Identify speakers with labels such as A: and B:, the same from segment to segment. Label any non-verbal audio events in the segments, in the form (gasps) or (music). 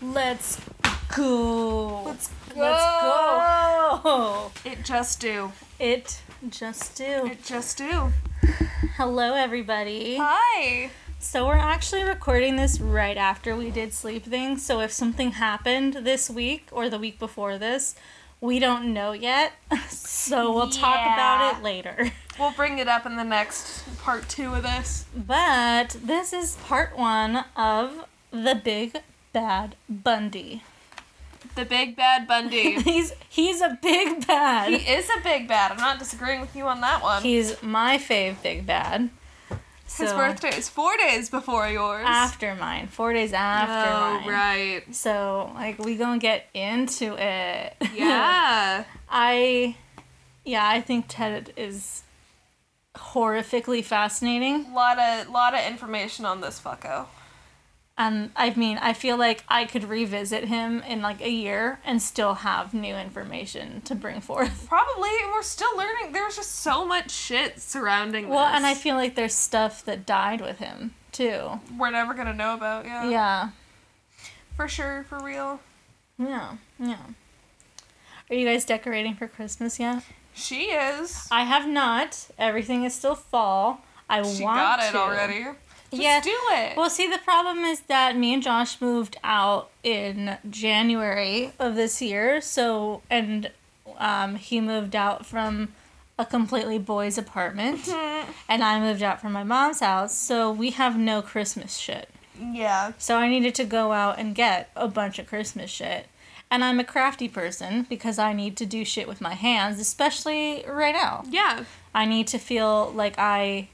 A: Let's go.
B: Let's go.
A: Let's go.
B: It just do.
A: It just do.
B: It just do.
A: Hello, everybody.
B: Hi.
A: So, we're actually recording this right after we did Sleep Thing. So, if something happened this week or the week before this, we don't know yet. (laughs) So, we'll talk
B: Yeah.
A: about it later.
B: We'll bring it up in the next part two of this.
A: But this is part one of The Big Bad
B: (laughs)
A: Bundy.
B: The big
A: (laughs)
B: bad Bundy.
A: He's, he's a big bad.
B: he is a big bad. I'm not disagreeing with you on that one.
A: He's my fave big bad.
B: His
A: So,
B: birthday is four days before yours.
A: after mine, four days after
B: oh,
A: mine.
B: right.
A: (laughs) So like we gonna get into it.
B: Yeah.
A: (laughs) I, yeah, I think Ted is horrifically fascinating.
B: lot of lot of information on this fucko.
A: Um, I mean, I feel like I could revisit him in like a year and still have new information to bring forth.
B: Probably we're still learning. There's just so much shit surrounding
A: Well,
B: this.
A: and I feel like there's stuff that died with him too.
B: we're never gonna know about. Yeah.
A: Yeah.
B: For sure. For real.
A: Yeah, yeah. Are you guys decorating for Christmas yet?
B: She is.
A: I have not. Everything is still fall. I
B: She
A: want
B: got it
A: to.
B: already. Just
A: Yeah.
B: do it.
A: Well, see, the problem is that me and Josh moved out in January of this year. So, and um, he moved out from a completely boys' apartment,
B: Mm-hmm.
A: and I moved out from my mom's house. So we have no Christmas shit.
B: yeah.
A: So I needed to go out and get a bunch of Christmas shit. And I'm a crafty person because I need to do shit with my hands, especially right now.
B: Yeah.
A: I need to feel like I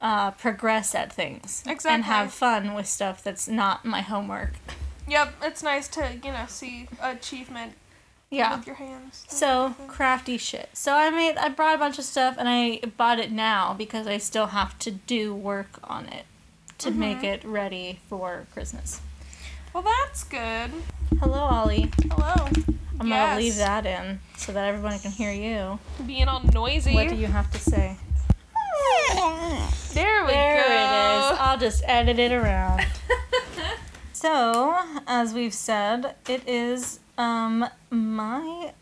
A: uh, progress at things and
B: Exactly.
A: have fun with stuff that's not my homework.
B: Yep. It's nice to you know see achievement
A: Yeah.
B: with your hands.
A: So crafty shit. So I made I brought a bunch of stuff and I bought it now because I still have to do work on it to make it ready for Christmas.
B: Well, that's good.
A: Hello, Ollie.
B: Hello.
A: I'm
B: Yes.
A: gonna leave that in so that everyone can hear you.
B: Being all noisy.
A: What do you have to say?
B: there we
A: There
B: go.
A: it is. Oh. I'll just edit it around.
B: (laughs)
A: so, as we've said, it is um my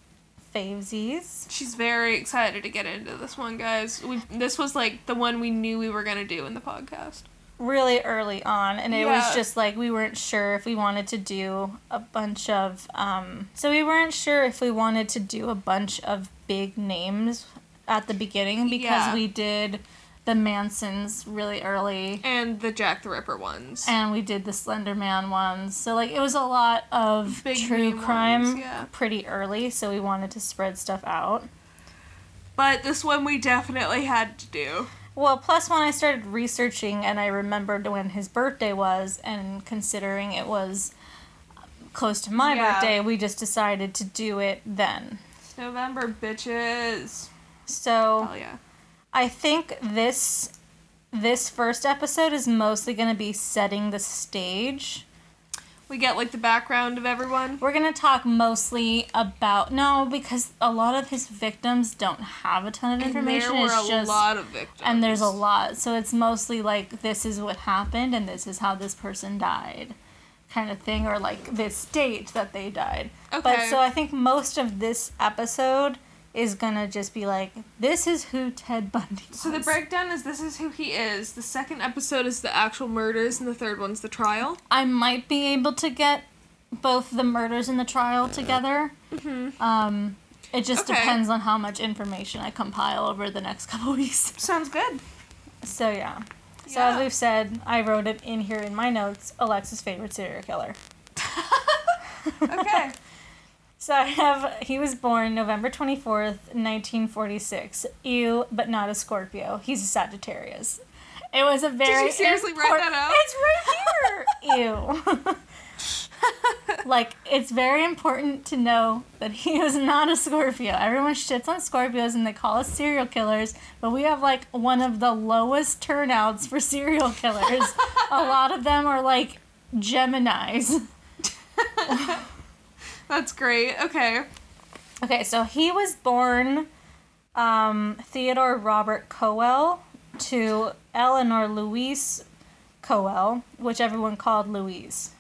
A: favesies.
B: She's very excited to get into this one, guys. We this was like the one we knew we were gonna do in the podcast.
A: Really early on, and it was
B: Yeah.
A: just like we weren't sure if we wanted to do a bunch of um. So we weren't sure if we wanted to do a bunch of big names at the beginning because
B: Yeah.
A: we did the Mansons really early.
B: And the Jack the Ripper ones.
A: and we did the Slender Man ones. So like it was a lot of
B: Big
A: true
B: name
A: crime
B: ones, yeah.
A: pretty early, so we wanted to spread stuff out.
B: but this one we definitely had to do.
A: Well, plus when I started researching and I remembered when his birthday was and considering it was close to my
B: Yeah.
A: birthday, we just decided to do it then.
B: It's November bitches.
A: So
B: Hell yeah.
A: I think this this first episode is mostly going to be setting the stage.
B: We get like the background of everyone.
A: We're gonna talk mostly about no, because a lot of his victims don't have a ton of information.
B: there were
A: it's
B: a
A: just
B: lot of victims.
A: and there's a lot, so it's mostly like this is what happened and this is how this person died, kind of thing, or like this date that they died. But
B: Okay.
A: so I think most of this episode is gonna just be like this is who Ted Bundy. Was.
B: So the breakdown is this is who he is. The second episode is the actual murders, and the third one's the trial.
A: I might be able to get both the murders and the trial together. Um, it just
B: Mm-hmm. Okay.
A: depends on how much information I compile over the next (laughs) couple weeks.
B: Sounds good.
A: So yeah. So as
B: Yeah.
A: we've said, I wrote it in here in my notes. Alexa's favorite serial killer.
B: Okay. (laughs)
A: So I have he was born November twenty fourth, nineteen forty six. Ew, but not a Scorpio. He's a Sagittarius. It was a very
B: seriously write
A: import-
B: that out?
A: It's right here. Ew.
B: (laughs)
A: like it's very important to know that he is not a Scorpio. Everyone shits on Scorpios and they call us serial killers, but we have like one of the lowest turnouts for serial killers. a lot of them are like Gemini's.
B: That's great. Okay.
A: Okay, so he was born um, Theodore Robert Coel to Eleanor Louise Coel, which everyone called Louise.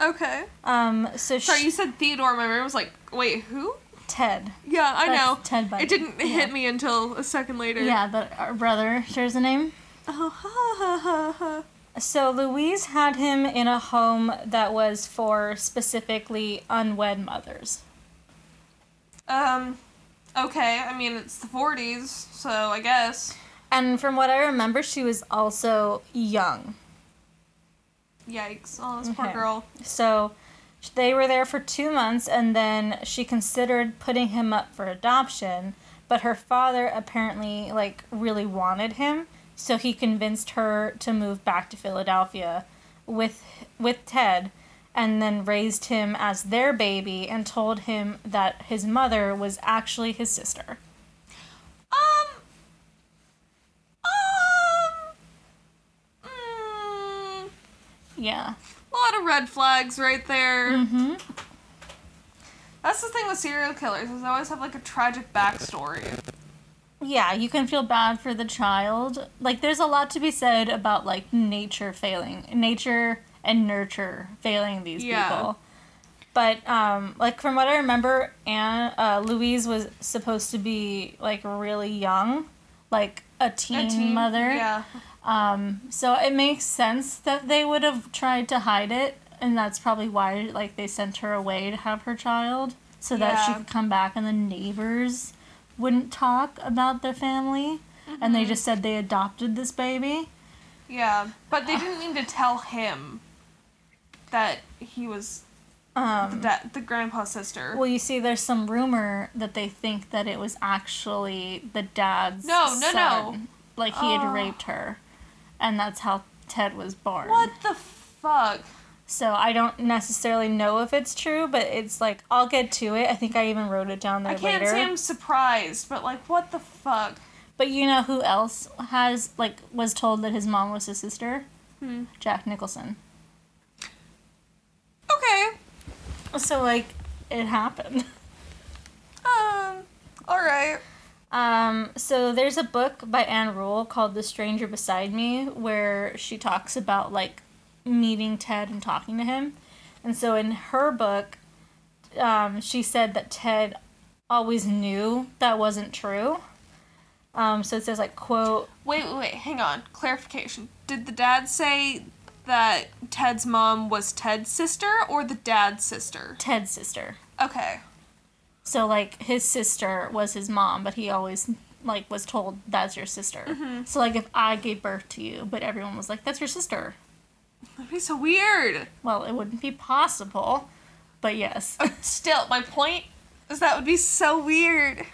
B: Okay.
A: Um, so
B: Sorry,
A: she,
B: you said Theodore. My brain was like, wait, who?
A: Ted.
B: Yeah, I
A: That's
B: know.
A: Ted Bundy.
B: It didn't
A: Yeah.
B: hit me until a second later.
A: Yeah, that our brother shares the name.
B: Oh, ha, ha, ha, ha.
A: So Louise had him in a home that was for specifically unwed mothers.
B: (laughs) Um, okay. I mean, it's the 40s, so I guess.
A: And from what I remember, she was also young.
B: Yikes. Oh, this poor
A: Okay.
B: girl.
A: So they were there for two months, and then she considered putting him up for adoption. But her father apparently, like, really wanted him, so he convinced her to move back to Philadelphia with with Ted, and then raised him as their baby, and told him that his mother was actually his sister.
B: Um. Um. Mm,
A: Yeah.
B: a lot of red flags right there.
A: Mm-hmm.
B: That's the thing with serial killers is they always have like a tragic backstory.
A: Mm, Yeah, you can feel bad for the child. Like, there's a lot to be said about like nature failing, nature and nurture failing these
B: Yeah.
A: people. But um, like from what I remember, Anne uh, Louise was supposed to be like really young, like a teen,
B: A teen-
A: mother.
B: Yeah.
A: Um, so it makes sense that they would have tried to hide it, and that's probably why like they sent her away to have her child so that she
B: Yeah.
A: could come back and the neighbors wouldn't talk about their family, and
B: Mm-hmm.
A: they just said they adopted this baby.
B: Yeah. But they didn't mean to tell him that he was
A: Um,
B: that the grandpa's sister.
A: well, you see, there's some rumor that they think that it was actually the dad's
B: No, no, no.
A: son. like he
B: Oh.
A: had raped her, and that's how Ted was born.
B: what the fuck?
A: So I don't necessarily know if it's true, but it's like I'll get to it. I think I even wrote it down there
B: I can't
A: later.
B: say I'm surprised, but like, what the fuck?
A: But you know who else has like was told that his mom was his sister?
B: Hmm.
A: Jack Nicholson.
B: Okay.
A: So like it happened. (laughs)
B: Um. All right.
A: Um, so there's a book by Anne Rule called The Stranger Beside Me where she talks about like meeting Ted and talking to him. And so in her book, um, she said that Ted always knew that wasn't true. Um, so it says like quote
B: Wait, wait, wait. Hang on. Clarification. Did the dad say that Ted's mom was Ted's sister or the dad's sister?
A: Ted's sister.
B: Okay.
A: So like his sister was his mom, but he always like was told that's your sister. So like if I gave birth to you, but everyone was like that's your sister.
B: That'd be so weird. (laughs)
A: Well, it wouldn't be possible. But yes.
B: Still, my point is that would be so weird.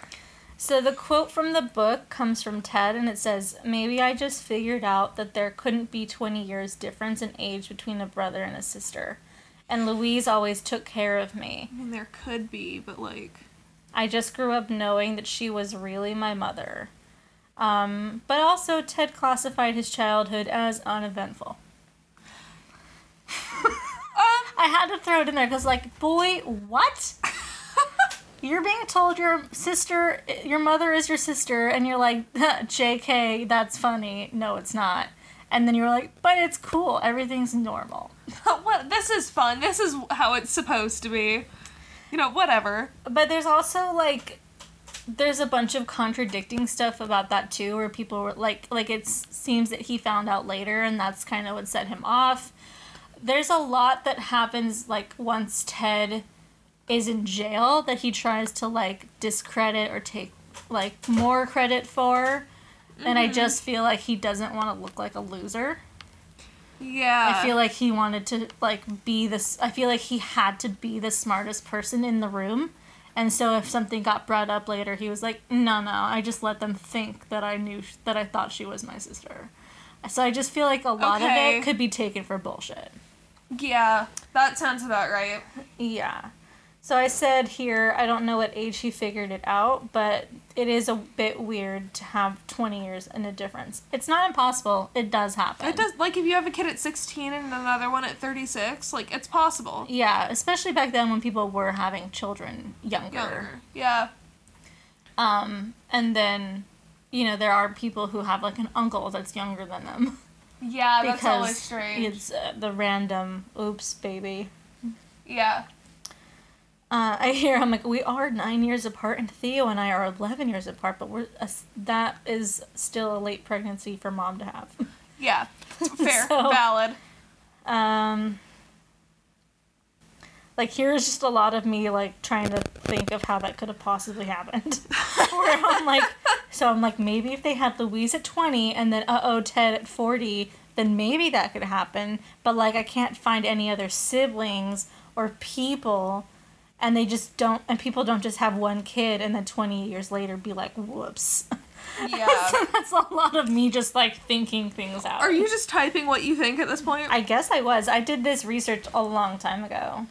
A: So the quote from the book comes from Ted and it says, "Maybe I just figured out that there couldn't be 20 years difference in age between a brother and a sister. And Louise always took care of me.
B: I mean, there could be, but like. (laughs)
A: I just grew up knowing that she was really my mother." Um, but also Ted classified his childhood as uneventful.
B: Um.
A: I had to throw it in there because, like, boy, what? (laughs) You're being told your sister, your mother is your sister, and you're like, (laughs) JK, that's funny. No, it's not. And then you were like, but it's cool. Everything's normal.
B: what? This is fun. This is how it's supposed to be. You know, whatever.
A: But there's also, like, there's a bunch of contradicting stuff about that too where people were like like it seems that he found out later and that's kind of what set him off there's a lot that happens like once ted is in jail that he tries to like discredit or take like more credit for and i just feel like he doesn't want to look like a loser
B: Yeah.
A: i feel like he wanted to like be this i feel like he had to be the smartest person in the room and so if something got brought up later he was like no no i just let them think that i knew that i thought she was my sister so i just feel like a lot
B: Okay.
A: of it could be taken for bullshit
B: yeah. That sounds about right.
A: Yeah. So I said here, I don't know what age he figured it out, but it is a bit weird to have 20 years and a difference. It's not impossible. It does happen.
B: It does like if you have a kid at 16 and another one at 36, like it's possible.
A: Yeah, especially back then when people were having children younger.
B: Younger. Yeah.
A: Um, and then, you know, there are people who have like an uncle that's younger than them
B: Yeah, (laughs) that's always
A: because
B: strange.
A: it's uh, the random oops baby.
B: Yeah.
A: Uh, I hear I'm like we are nine years apart, and Theo and I are eleven years apart, but we're uh, that is still a late pregnancy for mom to have. (laughs)
B: Yeah. Fair.
A: So-
B: Valid.
A: Um, like here's just a lot of me like trying to think of how that could have possibly happened. (laughs) Where I'm like, so I'm like maybe if they had Louise at twenty and then uh oh Ted at forty, then maybe that could happen. But like I can't find any other siblings or people. And they just don't, and people don't just have one kid and then 20 years later be like, whoops. (laughs)
B: Yeah.
A: That's a lot of me just like thinking things out.
B: (laughs) Are you just typing what you think at this point?
A: I guess I was. I did this research a long time ago.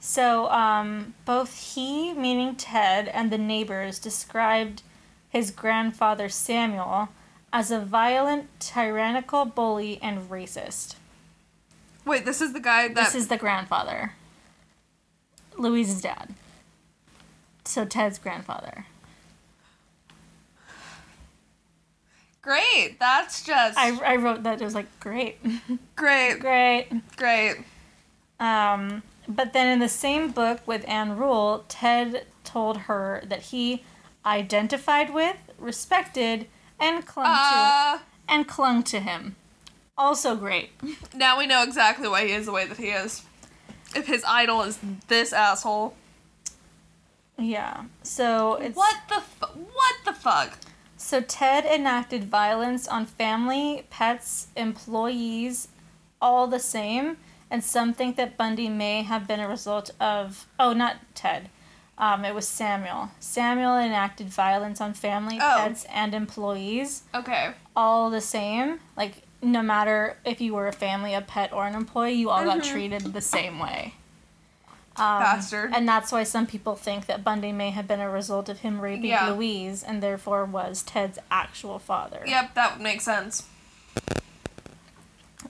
A: so, um, both he, meaning Ted, and the neighbors described his grandfather Samuel as a violent, tyrannical bully and racist.
B: Wait, this is the guy that.
A: This is the grandfather, Louise's dad. So, Ted's grandfather.
B: Great. That's just.
A: I, I wrote that. It was like, great,
B: great.
A: great.
B: Great.
A: Um, but then in the same book with Anne Rule, Ted told her that he identified with, respected, and clung
B: Uh,
A: to and clung to him. Also great.
B: now we know exactly why he is the way that he is. If his idol is this asshole.
A: Yeah. So it's
B: What the fu- What the fuck?
A: so Ted enacted violence on family, pets, employees, all the same, and some think that Bundy may have been a result of oh not Ted. Um, it was Samuel. Samuel enacted violence on family,
B: Oh.
A: pets, and employees.
B: Okay.
A: all the same. Like no matter if you were a family, a pet, or an employee, you all
B: Mm-hmm.
A: got treated the same way. Um,
B: Bastard.
A: And that's why some people think that Bundy may have been a result of him raping
B: Yeah.
A: Louise and therefore was Ted's actual father.
B: Yep, that would make sense.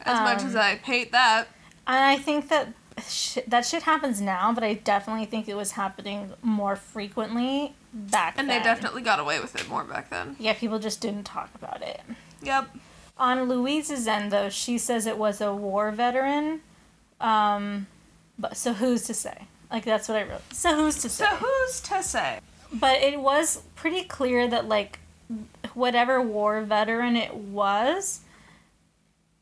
B: As much
A: Um,
B: as I hate that.
A: And I think that sh- that shit happens now, but I definitely think it was happening more frequently back
B: And
A: then.
B: they definitely got away with it more back then.
A: Yeah, people just didn't talk about it.
B: Yep.
A: on Louise's end, though, she says it was a war veteran. Um, but so who's to say? Like that's what I wrote. So who's to say?
B: So who's to say?
A: but it was pretty clear that like whatever war veteran it was,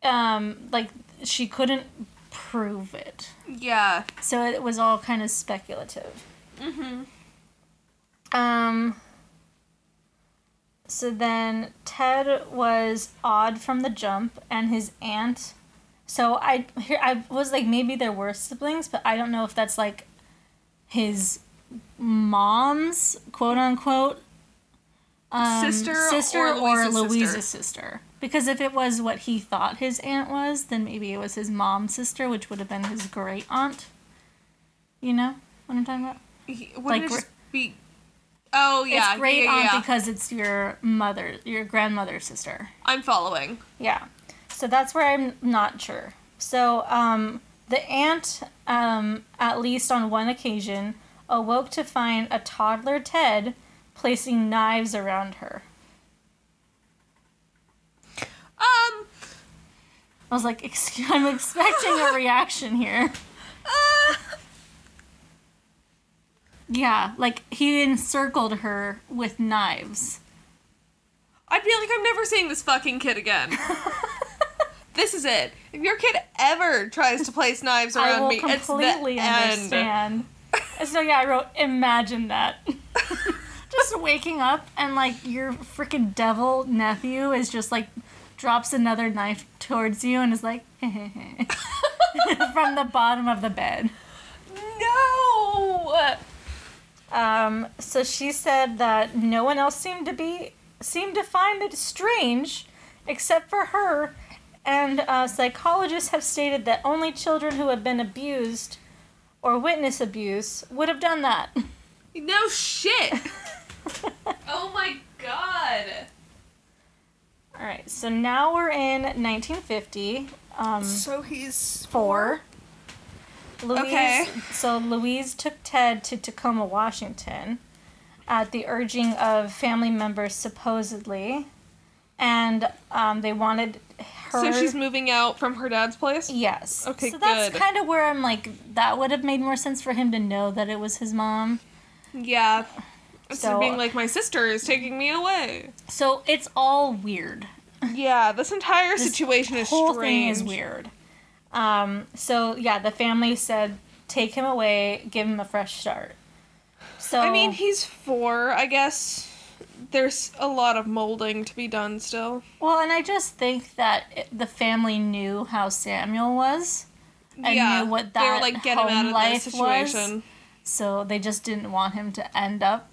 A: um, like she couldn't prove it.
B: Yeah.
A: So it was all kind of speculative. Mm-hmm. Um. So then Ted was odd from the jump, and his aunt. So I here I was like maybe there were siblings, but I don't know if that's like his mom's quote unquote um,
B: Sister or Louise's sister.
A: Louise's sister. Because if it was what he thought his aunt was, then maybe it was his mom's sister, which would have been his great aunt. You know what I'm talking about?
B: He, wouldn't
A: Like,
B: it
A: gr-
B: just be? Oh yeah.
A: it's great
B: yeah, yeah,
A: aunt
B: yeah.
A: because it's your mother, your grandmother's sister.
B: I'm following.
A: Yeah. So that's where I'm not sure. So um, the aunt, um, at least on one occasion, awoke to find a toddler Ted placing knives around her.
B: Um.
A: I was like, (laughs) Excuse- I'm expecting a reaction
B: (laughs)
A: here.
B: Uh,
A: Yeah, like he encircled her with knives.
B: I'd be like, I'm never seeing this fucking
A: (laughs)
B: kid again. this is it. If your kid ever tries to place knives
A: I
B: around
A: will
B: me, it's the
A: completely
B: end.
A: understand. And so yeah, I wrote, imagine
B: (laughs)
A: that. just waking up and like your freaking devil nephew is just like drops another knife towards you and is like (laughs) from the bottom of the bed.
B: No.
A: Um, so she said that no one else seemed to be seemed to find it strange, except for her. And uh, psychologists have stated that only children who have been abused or witness abuse would have done that. (laughs)
B: No shit. oh my god.
A: All right, so now we're in 1950. Um,
B: So he's
A: four. Louise,
B: Okay.
A: So Louise took Ted to Tacoma, Washington, at the urging of family members, supposedly, and um, they wanted her.
B: So she's moving out from her dad's place?
A: Yes.
B: Okay,
A: So that's
B: good.
A: kind of where I'm like, that would have made more sense for him to know that it was his mom.
B: Yeah. So
A: So-
B: being like, my sister is taking me away.
A: So it's all weird.
B: Yeah, this entire situation is
A: whole thing
B: strange.
A: is weird. Um, so yeah, the family said take him away, give him a fresh start. So
B: I mean, he's four, I guess. There's a lot of molding to be done still.
A: well, and I just think that it, the family knew how Samuel was, and
B: yeah,
A: knew what
B: they were
A: that
B: like, get him
A: home
B: out of
A: life
B: this situation.
A: so they just didn't want him to end up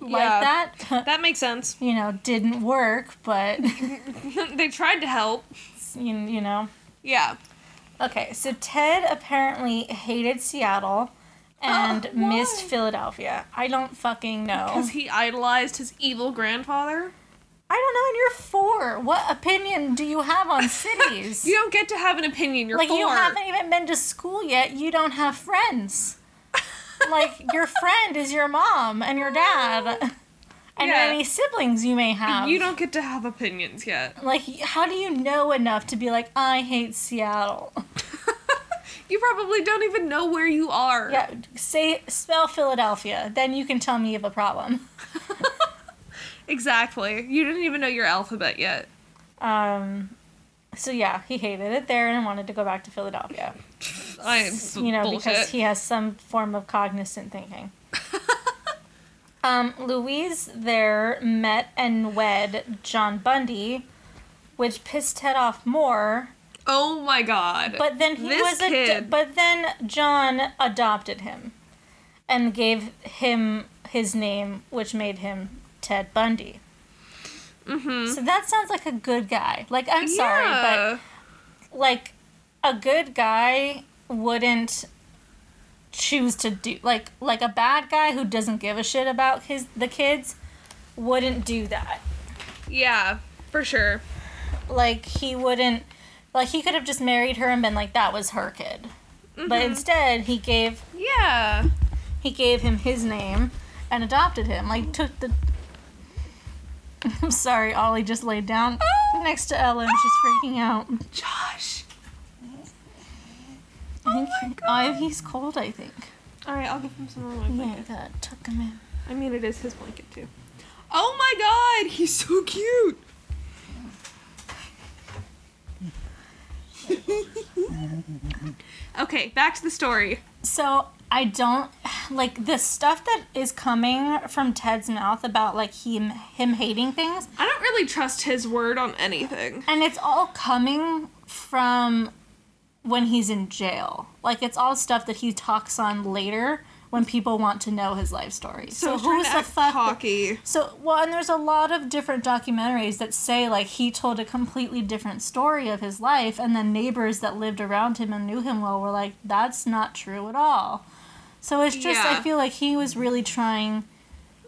A: like
B: Yeah.
A: that. (laughs)
B: That makes sense. (laughs)
A: you know, didn't work, but (laughs)
B: they tried to help.
A: you, you know.
B: Yeah.
A: Okay, so Ted apparently hated
B: (gasps)
A: Seattle and
B: Oh, why?
A: missed Philadelphia. I don't fucking know.
B: Because he idolized his evil grandfather.
A: I don't know, and you're four. What opinion do you have
B: (laughs)
A: on cities?
B: You don't get to have an opinion. You're
A: like,
B: four.
A: you haven't even been to school yet. You don't have friends. like, your friend is your mom and your dad, and
B: Yeah.
A: any siblings you may have.
B: (laughs) You don't get to have opinions yet.
A: Like, how do you know enough to be like, I hate Seattle?
B: You probably don't even know where you are.
A: Yeah, (laughs) say, spell Philadelphia, then you can tell me you have a problem.
B: Exactly. You didn't even know your alphabet yet.
A: Um, so, yeah, he hated it there and wanted to go back to Philadelphia.
B: I am s-
A: you know,
B: bullshit.
A: because he has some form of cognizant
B: (laughs)
A: thinking. um, Louise there met and wed John Bundy, which pissed Ted off more.
B: oh my god.
A: But then he
B: This
A: was ad-
B: kid.
A: but then John adopted him, and gave him his name, which made him Ted Bundy. Mm-hmm. So that sounds like a good guy. Like I'm sorry, but
B: yeah.
A: like a good guy wouldn't choose to do like like a bad guy who doesn't give a shit about his the kids wouldn't do that.
B: yeah, for sure.
A: Like he wouldn't like he could have just married her and been like that was her kid. But instead he gave
B: Yeah.
A: he gave him his name and adopted him. Like took the I'm sorry, Ollie just laid down next to Ellen. She's freaking out.
B: Josh.
A: I think he- oh, he's cold, I think.
B: All right, I'll give him some more of my
A: Yeah,
B: blanket.
A: God, tuck him in.
B: I mean, it is his blanket too. Oh my god, he's so cute. (laughs) okay, back to the story.
A: So I don't like the stuff that is coming from Ted's mouth about like him him hating things,
B: I don't really trust his word on anything.
A: and it's all coming from when he's in jail. Like it's all stuff that he talks on later when people want to know his life story. So,
B: he's trying
A: who's
B: to
A: the
B: act
A: fuck?
B: cocky?
A: So well, and there's a lot of different documentaries that say like he told a completely different story of his life, and the neighbors that lived around him and knew him well were like, "That's not true at all." So it's just
B: Yeah.
A: I feel like he was really trying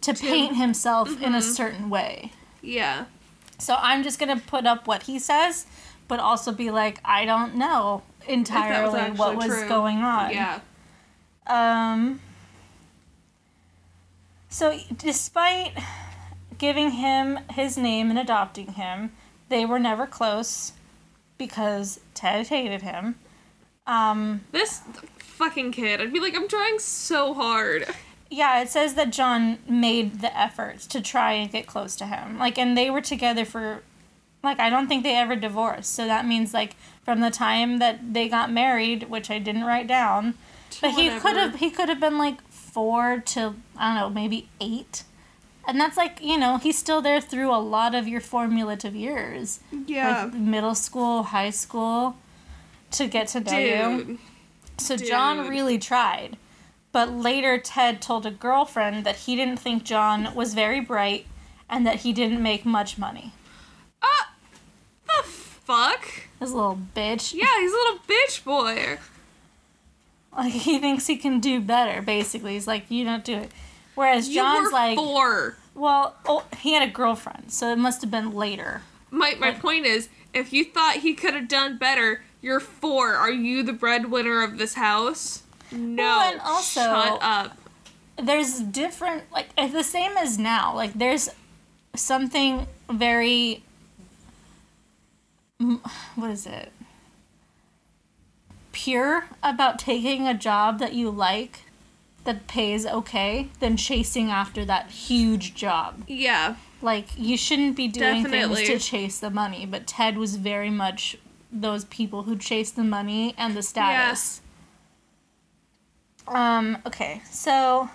A: to, paint himself in
B: Mm-hmm.
A: a certain way.
B: Yeah.
A: So I'm just gonna put up what he says, but also be like, I don't know entirely what was
B: actually
A: going on.
B: Yeah.
A: Um, so, despite giving him his name and adopting him, they were never close because Ted hated him. Um,
B: This fucking kid, I'd be like, I'm trying so hard.
A: yeah, it says that John made the efforts to try and get close to him. Like, and they were together for, like, I don't think they ever divorced. So that means, like, from the time that they got married, which I didn't write down, But he
B: Whatever.
A: could have he could have been like four to I don't know maybe eight, and that's like you know he's still there through a lot of your formative years,
B: Yeah.
A: like middle school, high school, to get to know you.
B: Dude.
A: So John
B: dude.
A: really tried, but later Ted told a girlfriend that he didn't think John was very bright, and that he didn't make much money.
B: Uh, the fuck?
A: This little bitch.
B: Yeah, he's a little bitch boy.
A: Like he thinks he can do better. Basically, he's like, you don't do it. Whereas John's
B: you were
A: like.
B: four.
A: Well, oh, he had a girlfriend, so it must have been later.
B: My, my point is, if you thought he could have done better, you're four. Are you the breadwinner of this house? No.
A: Well, and also-
B: shut up.
A: There's different, like, it's the same as now. Like, there's something very m- what is it? Pure about taking a job that you like that pays okay than chasing after that huge job.
B: Yeah.
A: Like you shouldn't be doing
B: Definitely.
A: things to chase the money, but Ted was very much those people who chase the money and the status. Um, okay, so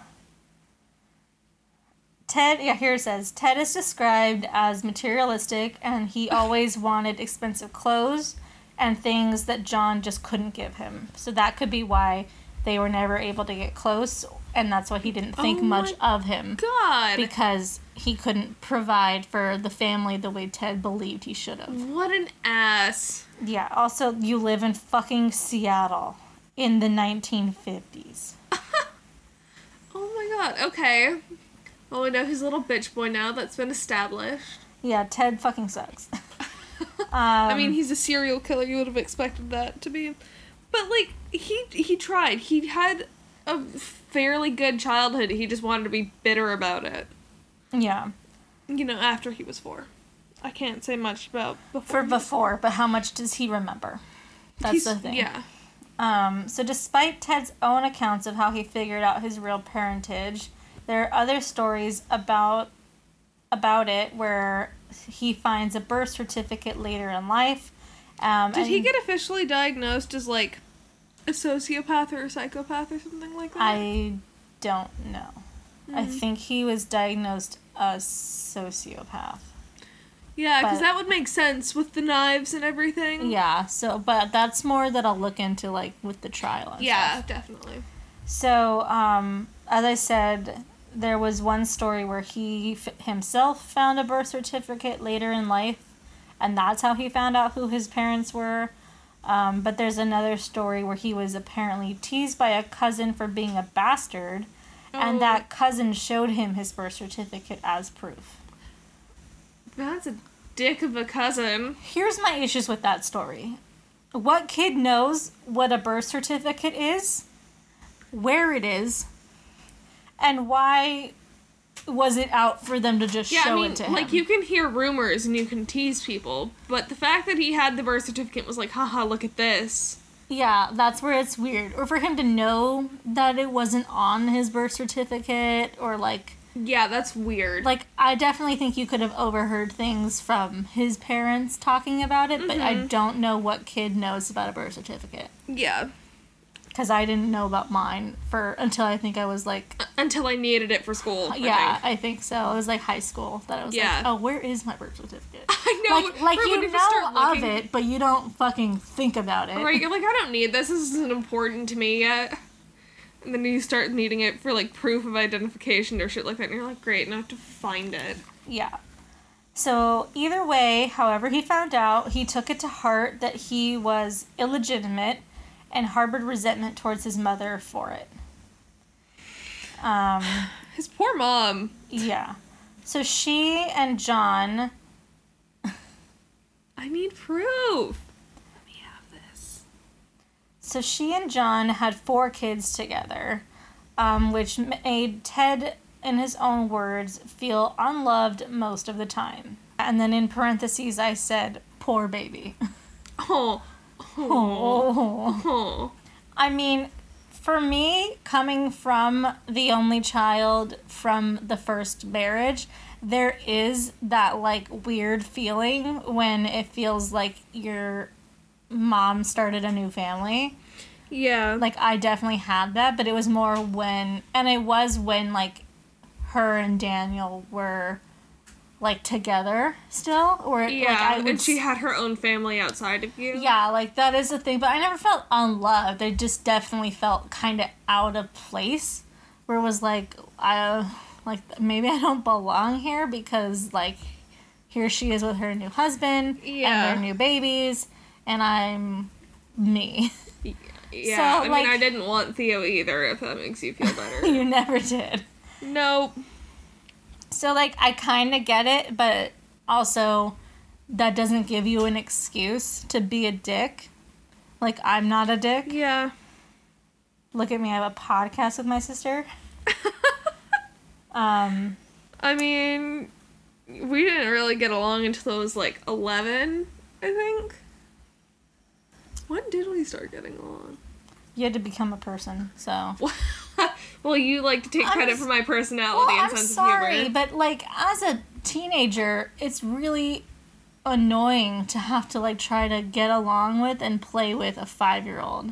A: Ted, yeah, here it says Ted is described as materialistic and
B: (laughs)
A: he always wanted expensive clothes and things that John just couldn't give him. So that could be why they were never able to get close and that's why he didn't think
B: Oh
A: much
B: my
A: of him
B: God.
A: because he couldn't provide for the family the way Ted believed he should have.
B: what an ass.
A: Yeah, also, you live in fucking Seattle in the 1950s.
B: Oh my god. Okay. Well, we know he's a little bitch boy now. That's been established.
A: Yeah, Ted fucking (laughs) sucks. um,
B: I mean, he's a serial killer. You would have expected that to be, but like he he tried. He had a fairly good childhood. He just wanted to be bitter about it.
A: yeah,
B: You know, after he was four, I can't say much about before.
A: for before, but how much does he remember? That's
B: He's-
A: the thing.
B: Yeah.
A: Um, so, despite Ted's own accounts of how he figured out his real parentage, there are other stories about about it where he finds a birth certificate later in life. Um,
B: Did he
A: and-
B: get officially diagnosed as like a sociopath or a psychopath or something like that?
A: I don't know. I think he was diagnosed a sociopath.
B: yeah, because
A: but-
B: that would make sense with the knives and everything.
A: Yeah, so but that's more that I'll look into like with the trial and
B: Yeah,
A: stuff.
B: definitely.
A: So, um as I said, there was one story where he f- himself found a birth certificate later in life and that's how he found out who his parents were. Um, but there's another story where he was apparently teased by a cousin for being a bastard,
B: Oh.
A: and that cousin showed him his birth certificate as proof.
B: That's a dick of a cousin.
A: Here's my issues with that story. What kid knows what a birth certificate is, where it is, and why was it out for them to just
B: Yeah,
A: show
B: I mean,
A: it to him?
B: like you can hear rumors and you can tease people, but the fact that he had the birth certificate was like, haha, look at this.
A: yeah, that's where it's weird. Or for him to know that it wasn't on his birth certificate, or like,
B: Yeah, that's weird.
A: like I definitely think you could have overheard things from his parents talking about it, but
B: Mm-hmm.
A: I don't know what kid knows about a birth certificate.
B: yeah,
A: because I didn't know about mine for until I think I was like,
B: until I needed it for school. I
A: yeah,
B: think.
A: I think so. It was like high school that I was
B: Yeah.
A: like, oh, where is my birth
B: (laughs)
A: certificate?
B: I know.
A: Like, like
B: right, when
A: you
B: just
A: know
B: start
A: of it, but you don't fucking think about it.
B: Right, you're like, I don't need this. This isn't important to me yet. And then you start needing it for like proof of identification or shit like that, and you're like, great, now I have to find it.
A: Yeah. So, either way, however, he found out, he took it to heart that he was illegitimate and harbored resentment towards his mother for it. Um,
B: His poor mom.
A: yeah. So she and John
B: I need proof. Let me have this.
A: So she and John had four kids together, um, which made Ted, in his own words, feel unloved most of the time. And then in parentheses, I said, poor baby.
B: Oh. Oh.
A: Oh.
B: Oh.
A: I mean, for me, coming from the only child from the first marriage, there is that like weird feeling when it feels like your mom started a new family.
B: Yeah.
A: like I definitely had that, but it was more when and it was when like her and Daniel were like together still or
B: Yeah,
A: like I would
B: and she
A: s-
B: had her own family outside of you.
A: yeah, like that is the thing, but I never felt unloved. I just definitely felt kind of out of place where it was like I like maybe I don't belong here because like here she is with her new husband
B: Yeah.
A: and their new babies and I'm me. (laughs)
B: Yeah,
A: So,
B: I
A: like-
B: mean, I didn't want Theo either, if that makes you feel
A: (laughs)
B: better.
A: you never did.
B: nope.
A: So like I kind of get it, but also that doesn't give you an excuse to be a dick. Like I'm not a dick.
B: Yeah.
A: Look at me, I have a podcast with my sister. um
B: I mean, we didn't really get along until I was like 11, I think. When did we start getting along? (laughs)
A: You had to become a person, so.
B: well, you like to take
A: I'm
B: credit
A: s-
B: for my personality
A: Well,
B: and
A: I'm
B: sense
A: sorry,
B: of humor.
A: but like as a teenager, it's really annoying to have to like try to get along with and play with a five year old.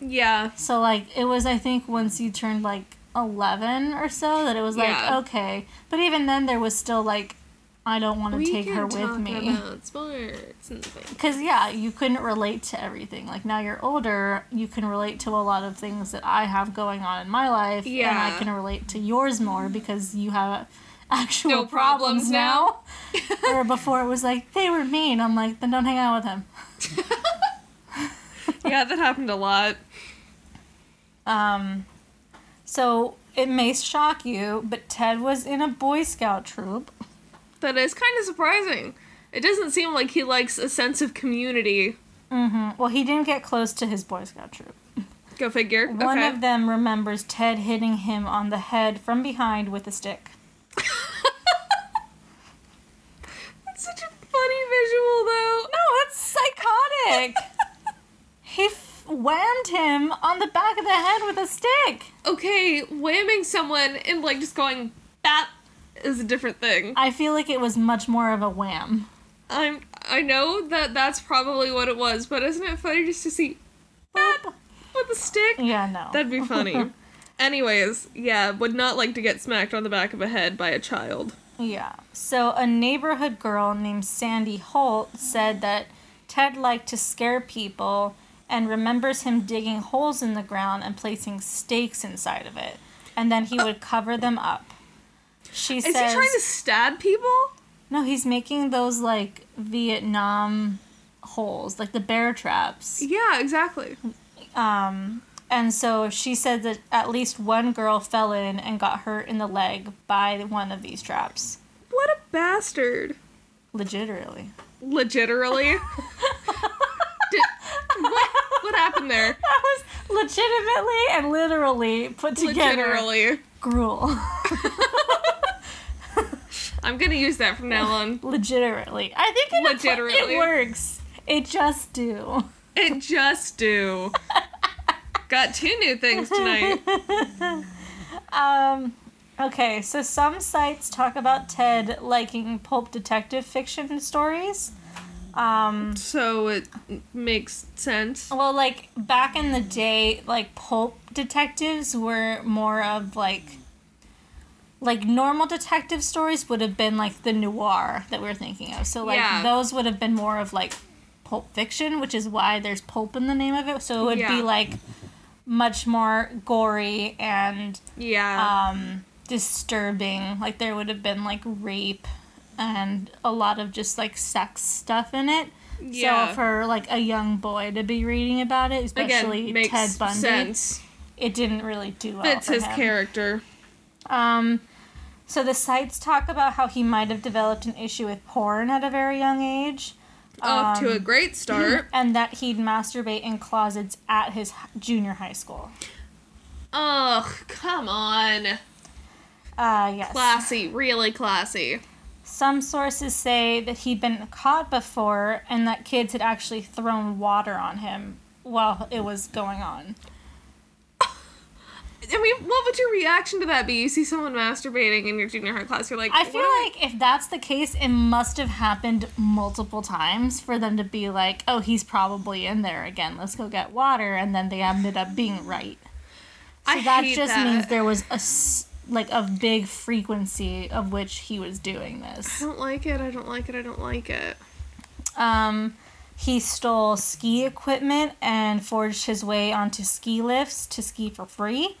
B: Yeah,
A: So like it was I think once you turned like eleven or so that it was like
B: Yeah.
A: okay, but even then there was still like I don't want to
B: we
A: take
B: can
A: her with
B: talk
A: me
B: about sports and things.
A: because yeah you couldn't relate to everything like now you're older you can relate to a lot of things that i have going on in my life and
B: Yeah.
A: i can relate to yours more because you have actual
B: No
A: problems,
B: problems
A: now, (laughs) Where before it was like they were mean i'm like then don't hang out with him
B: yeah, that happened a lot.
A: um so it may shock you but ted was in a boy scout troop
B: That is kind of surprising. It doesn't seem like he likes a sense of community.
A: hmm well he didn't get close to his boy scout troop
B: Go figure.
A: one
B: okay.
A: of
B: (laughs)
A: them remembers ted hitting him on the head from behind with a stick
B: That's such a funny visual, though.
A: No, it's
B: (laughs)
A: psychotic. he f- whammed him on the back of the head with a stick.
B: Okay, whamming someone and like just going that is a different thing.
A: I feel like it was much more of a wham.
B: I'm I know that that's probably what it was, but isn't it funny just to see
A: Boop.
B: with a stick?
A: Yeah, no.
B: That'd be funny. (laughs) Anyways, yeah, would not like to get smacked on the back of a head by a child.
A: yeah. So a neighborhood girl named Sandy Holt said that Ted liked to scare people and remembers him digging holes in the ground and placing stakes inside of it. And then he would cover them up. She
B: Is
A: says,
B: he trying to stab people?
A: No, he's making those like Vietnam holes, like the bear traps.
B: Yeah, exactly.
A: Um, and so she said that at least one girl fell in and got hurt in the leg by one of these traps.
B: What a bastard.
A: Legitimately. (laughs)
B: Legitimately. Did, what, what happened there?
A: That was legitimately and literally put (laughs) together.
B: Legitimately.
A: Gruel. (laughs)
B: I'm gonna use that from now on.
A: legitimately. I think it,
B: Legitimately.
A: it works. It just do.
B: It just do. Got two new things tonight.
A: (laughs) Um, okay, so some sites talk about Ted liking pulp detective fiction stories. Um,
B: So it makes sense.
A: well, like back in the day, like pulp detectives were more of like like normal detective stories would have been like the noir that we are thinking of. So like
B: Yeah.
A: those would have been more of like pulp fiction, which is why there's pulp in the name of it. So it would
B: Yeah.
A: be like much more gory and
B: Yeah.
A: um, disturbing. Like there would have been like rape and a lot of just like sex stuff in it.
B: Yeah.
A: So for like a young boy to be reading about it, Uh, especially
B: Again, makes
A: Ted Bundy,
B: sense.
A: it didn't really do well.
B: Fits
A: for
B: his
A: him.
B: character.
A: Um, so the sites talk about how he might have developed an issue with porn at a very young age,
B: Off to a
A: Um,
B: great start.
A: (laughs) and that he'd masturbate in closets at his h- junior high school.
B: Ugh, come on.
A: Uh, yes.
B: Classy, really classy.
A: Some sources say that he'd been caught before and that kids had actually thrown water on him while it was going on.
B: I mean, what would your reaction to that be? You see someone masturbating in your junior high class, you're like,
A: I
B: "What
A: feel
B: do
A: like if that's the case, it must have happened multiple times for them to be like, oh, he's probably in there again. Let's go get water. And then they ended up being right. So
B: I
A: that
B: hate
A: just
B: that.
A: means there was a. s- like a big frequency of which he was doing this.
B: I don't like it. I don't like it. I don't like it.
A: Um, he stole ski equipment and forged his way onto ski lifts to ski for free.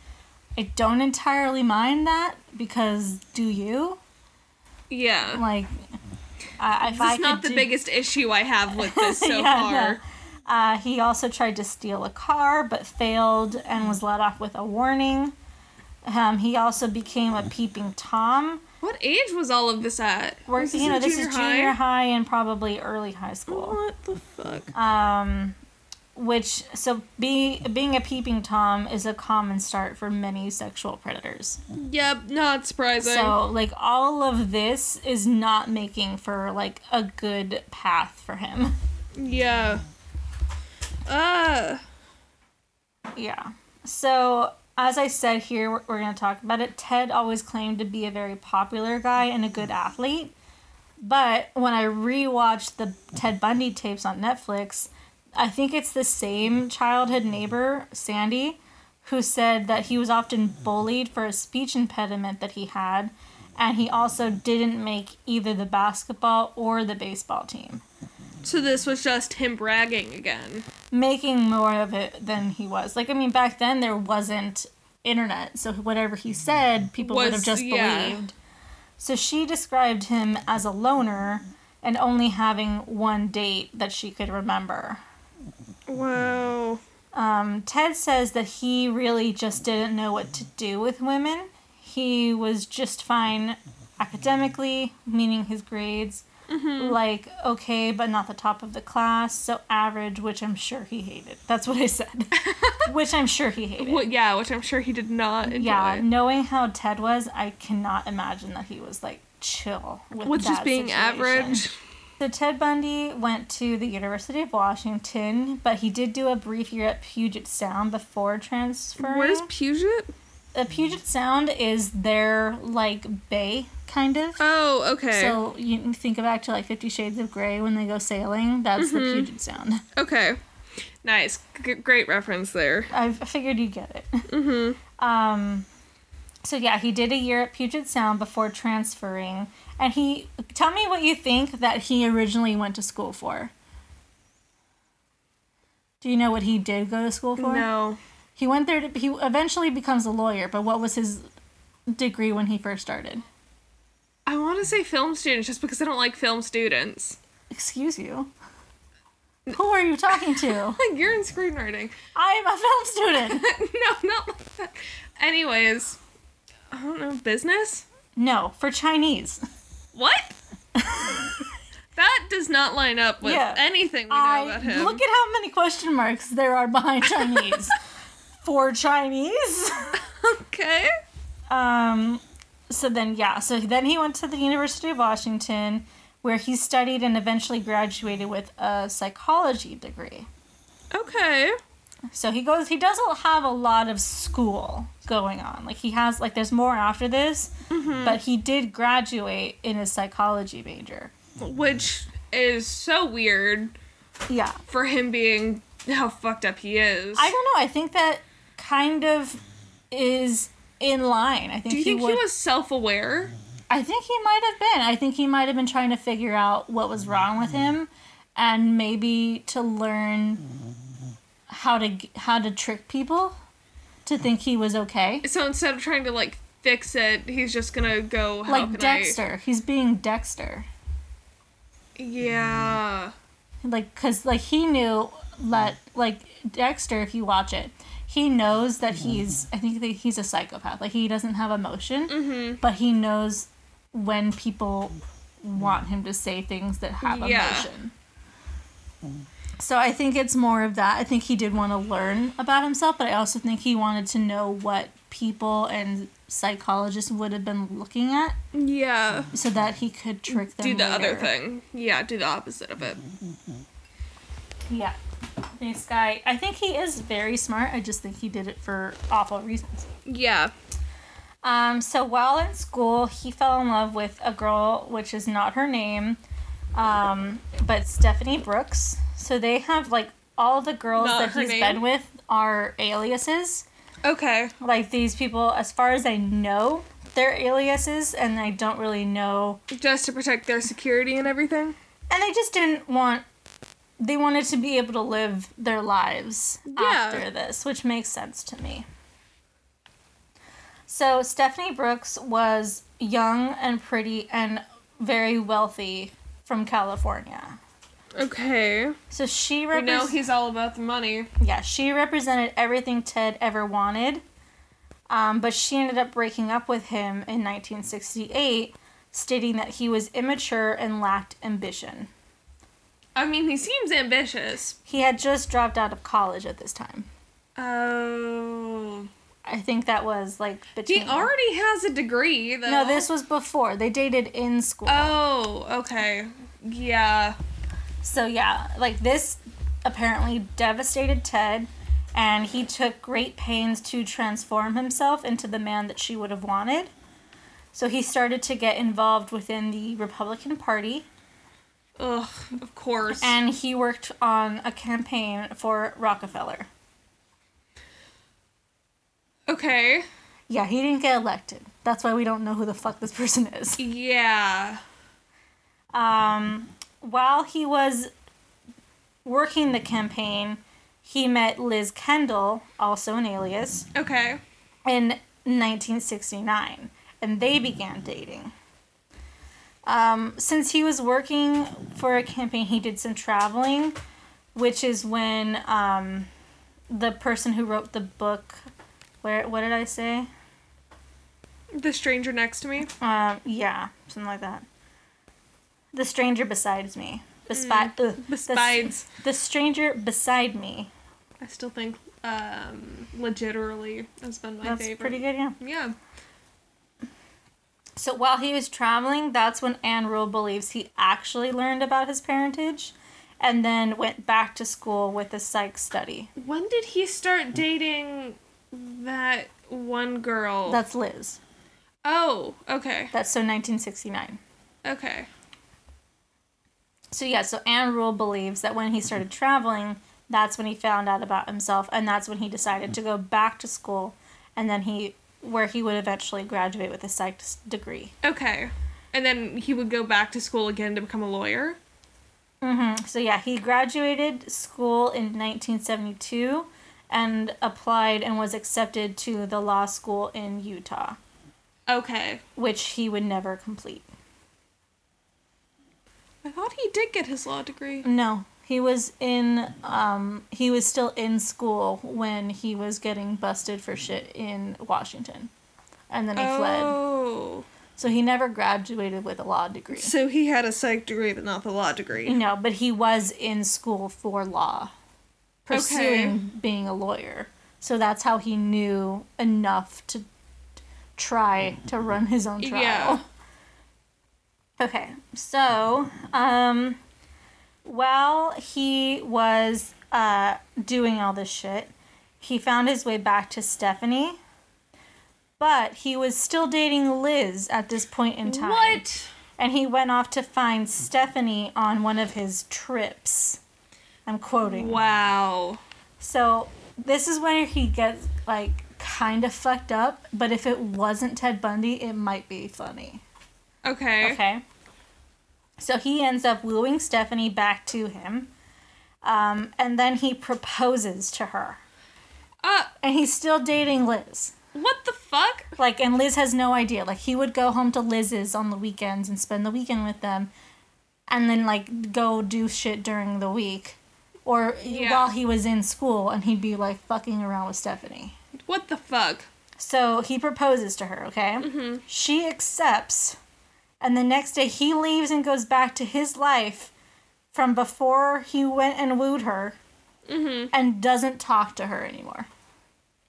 A: I don't entirely mind that because do you?
B: Yeah.
A: Like, I, if I
B: This is
A: could
B: not the
A: do-
B: biggest issue I have
A: (laughs)
B: with this so
A: Yeah,
B: far.
A: no. Uh, he also tried to steal a car but failed and was let off with a warning. Um, he also became a peeping tom.
B: What age was all of this at?
A: Where,
B: Was
A: you know,
B: in
A: this is junior high and probably early high school.
B: What the fuck?
A: um, which so be, being a peeping tom is a common start for many sexual predators.
B: Yep, not surprising.
A: So like all of this is not (laughs) making for like a good path for him.
B: Yeah. Uh.
A: Yeah. So, as I said here, we're, we're going to talk about it. Ted always claimed to be a very popular guy and a good athlete. But when I rewatched the Ted Bundy tapes on Netflix, I think it's the same childhood neighbor, Sandy, who said that he was often bullied for a speech impediment that he had, and he also didn't make either the basketball or the baseball team,
B: So this was just him bragging again.
A: making more of it than he was. Like, I mean, back then there wasn't internet, so whatever he said, people would
B: Was-
A: have just
B: yeah.
A: believed. So she described him as a loner and only having one date that she could remember.
B: Wow.
A: Um, Ted says that he really just didn't know what to do with women. He was just fine academically, meaning his grades,
B: Mm-hmm.
A: like okay, but not the top of the class, so average, which I'm sure he hated. That's what I
B: (laughs)
A: said. which I'm sure he hated.
B: Well, yeah, which I'm sure he did not enjoy.
A: yeah, knowing how Ted was, I cannot imagine that he was like chill with,
B: With just
A: that
B: being
A: situation.
B: average.
A: So Ted Bundy went to the University of Washington, but he did do a brief year at Puget Sound before transferring.
B: Where's Puget?
A: uh, Puget Sound is their like bay kind of.
B: Oh, okay.
A: So you can think back to like Fifty Shades of Grey when they go sailing. That's the Puget Sound.
B: okay. Nice. G- great reference there.
A: I I figured you get it. (laughs) Mm-hmm. Um, so yeah, he did a year at Puget Sound before transferring, and he tell me what you think that he originally went to school for. Do you know what he did go to school for?
B: No.
A: He went there to. He eventually becomes a lawyer, but what was his degree when he first started?
B: I want to say film students just because I don't like film students. (laughs)
A: Excuse you. Who are you talking to?
B: Like, you're in screenwriting. (laughs)
A: I am a film student.
B: no, not like that. Anyways, I don't know. Business?
A: No, for Chinese. (laughs)
B: What? that does not line up with
A: Yeah.
B: anything we know
A: I
B: about him.
A: look at how many question marks there are behind Chinese. for Chinese.
B: (laughs) okay.
A: Um, so then, yeah. So then he went to the University of Washington, where he studied and eventually graduated with a psychology degree.
B: Okay.
A: So he goes. He doesn't have a lot of school going on. Like he has. Like there's more after this,
B: Mm-hmm.
A: but he did graduate in his psychology major.
B: Which is so weird
A: Yeah.
B: for him being how fucked up he is.
A: I don't know. I think that kind of is in line. I think
B: Do you
A: he
B: think
A: would.
B: he was self aware?
A: I think he might have been. I think he might have been trying to figure out what was wrong with him, and maybe to learn how to g- how to trick people to think he was okay.
B: So instead of trying to like fix it, he's just gonna go how
A: Like
B: can
A: Dexter, he's being Dexter.
B: I... Yeah.
A: like because like he knew that like dexter if you watch it he knows that he's i think that he's a psychopath like he doesn't have emotion
B: Mm-hmm.
A: but he knows when people want him to say things that have
B: Yeah.
A: emotion so i think it's more of that i think he did want to learn about himself but i also think he wanted to know what people and psychologists would have been looking at
B: Yeah.
A: so that he could trick them
B: Do the other
A: later.
B: thing. Yeah, do the opposite of it.
A: Yeah. This guy, I think he is very smart. I just think he did it for awful reasons.
B: Yeah.
A: Um, so while in school, he fell in love with a girl, which is not her name, um, but Stephanie Brooks. So they have like all the girls
B: Not
A: that
B: her
A: he's
B: name?
A: been with are aliases.
B: Okay.
A: Like these people, as far as I know, they're aliases, and I don't really know
B: Just to protect their security and everything.
A: and they just didn't want they wanted to be able to live their lives after this which makes sense to me so stephanie brooks was young and pretty and very wealthy from california
B: Okay.
A: so she
B: We know
A: repres-
B: he's all about the money.
A: yeah she represented everything ted ever wanted um, but she ended up breaking up with him in 1968 stating that he was immature and lacked ambition
B: I mean, he seems ambitious.
A: He had just dropped out of college at this time.
B: Oh.
A: I think that was like
B: He
A: between.
B: already has a degree, though.
A: No, this was before. They dated in school.
B: Oh, okay. Yeah.
A: so yeah, like this apparently devastated Ted, and he took great pains to transform himself into the man that she would have wanted. So he started to get involved within the Republican Party,
B: Ugh, of course.
A: and he worked on a campaign for Rockefeller.
B: okay.
A: Yeah, he didn't get elected. That's why we don't know who the fuck this person is.
B: Yeah.
A: Um, while he was working the campaign, he met Liz Kendall, also an alias,
B: Okay.
A: in 1969, and they began dating. Um, since he was working for a campaign, he did some traveling, which is when um, the person who wrote the book, where what did I say?
B: The stranger next to me.
A: Um, yeah, something like that. The stranger besides me. Bespi- ugh, the s-
B: Besides.
A: The, stranger beside me.
B: I still think um legiterally has been my
A: that's
B: favorite.
A: pretty good, yeah.
B: Yeah.
A: So while he was traveling, that's when Anne Rule believes he actually learned about his parentage and then went back to school with a psych study.
B: When did he start dating that one girl?
A: That's Liz.
B: oh, okay.
A: That's so 1969.
B: Okay.
A: So yeah, so Anne Rule believes that when he started traveling, that's when he found out about himself, and that's when he decided to go back to school, and then he where he would eventually graduate with a psych s- degree.
B: Okay. And then he would go back to school again to become a lawyer.
A: Mm-hmm. So yeah, he graduated school in 1972 and applied and was accepted to the law school in Utah,
B: Okay.
A: which he would never complete.
B: I thought he did get his law degree.
A: No, he was in um he was still in school when he was getting busted for shit in Washington. And then he fled.
B: Oh.
A: So he never graduated with a law degree.
B: So he had a psych degree, but not the law degree.
A: No, but he was in school for law, pursuing being a lawyer. So that's how he knew enough to try to run his own trial.
B: Yeah.
A: Okay, so um, while he was uh, doing all this shit, he found his way back to Stephanie, but he was still dating Liz at this point in time
B: What?
A: and he went off to find Stephanie on one of his trips. I'm quoting.
B: Wow.
A: So this is where he gets like kind of fucked up, but if it wasn't Ted Bundy, it might be funny.
B: Okay.
A: Okay. So he ends up wooing Stephanie back to him. Um, and then he proposes to her.
B: Uh,
A: And he's still dating Liz.
B: what the fuck?
A: Like, and Liz has no idea. Like, he would go home to Liz's on the weekends and spend the weekend with them, and then like go do shit during the week, or
B: Yeah.
A: while he was in school, and he'd be like fucking around with Stephanie.
B: What the fuck?
A: So he proposes to her. Okay, she accepts, and the next day he leaves and goes back to his life from before he went and wooed her, and doesn't talk to her anymore.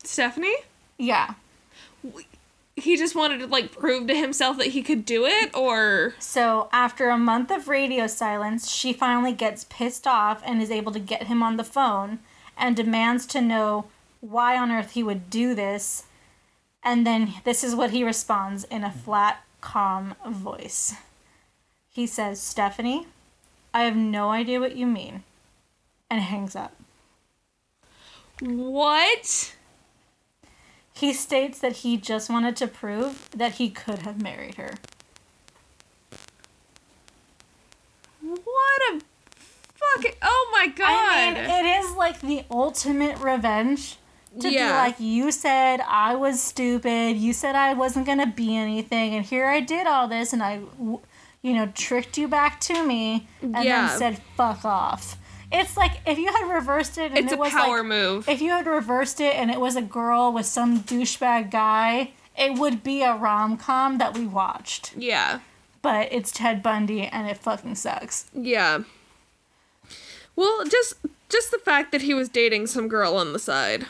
B: Stephanie?
A: Yeah.
B: He just wanted to, like, prove to himself that he could do it, or.
A: So, after a month of radio silence, she finally gets pissed off and is able to get him on the phone and demands to know why on earth he would do this. And then this is what he responds in a flat, calm voice. He says, Stephanie, I have no idea what you mean. And hangs up.
B: What?
A: He states that he just wanted to prove that he could have married her.
B: What a fucking. Oh my god.
A: I mean, it is like the ultimate revenge to
B: Yeah.
A: be like, you said I was stupid. You said I wasn't gonna be anything, and here I did all this, and I, w- you know, tricked you back to me, and
B: Yeah.
A: then said fuck off. It's like if you had reversed it, and
B: it's
A: it
B: a
A: was
B: power
A: like,
B: move.
A: if you had reversed it, and it was a girl with some douchebag guy, it would be a rom com that we watched.
B: yeah.
A: But it's Ted Bundy, and it fucking sucks.
B: Yeah. Well, just just the fact that he was dating some girl on the side.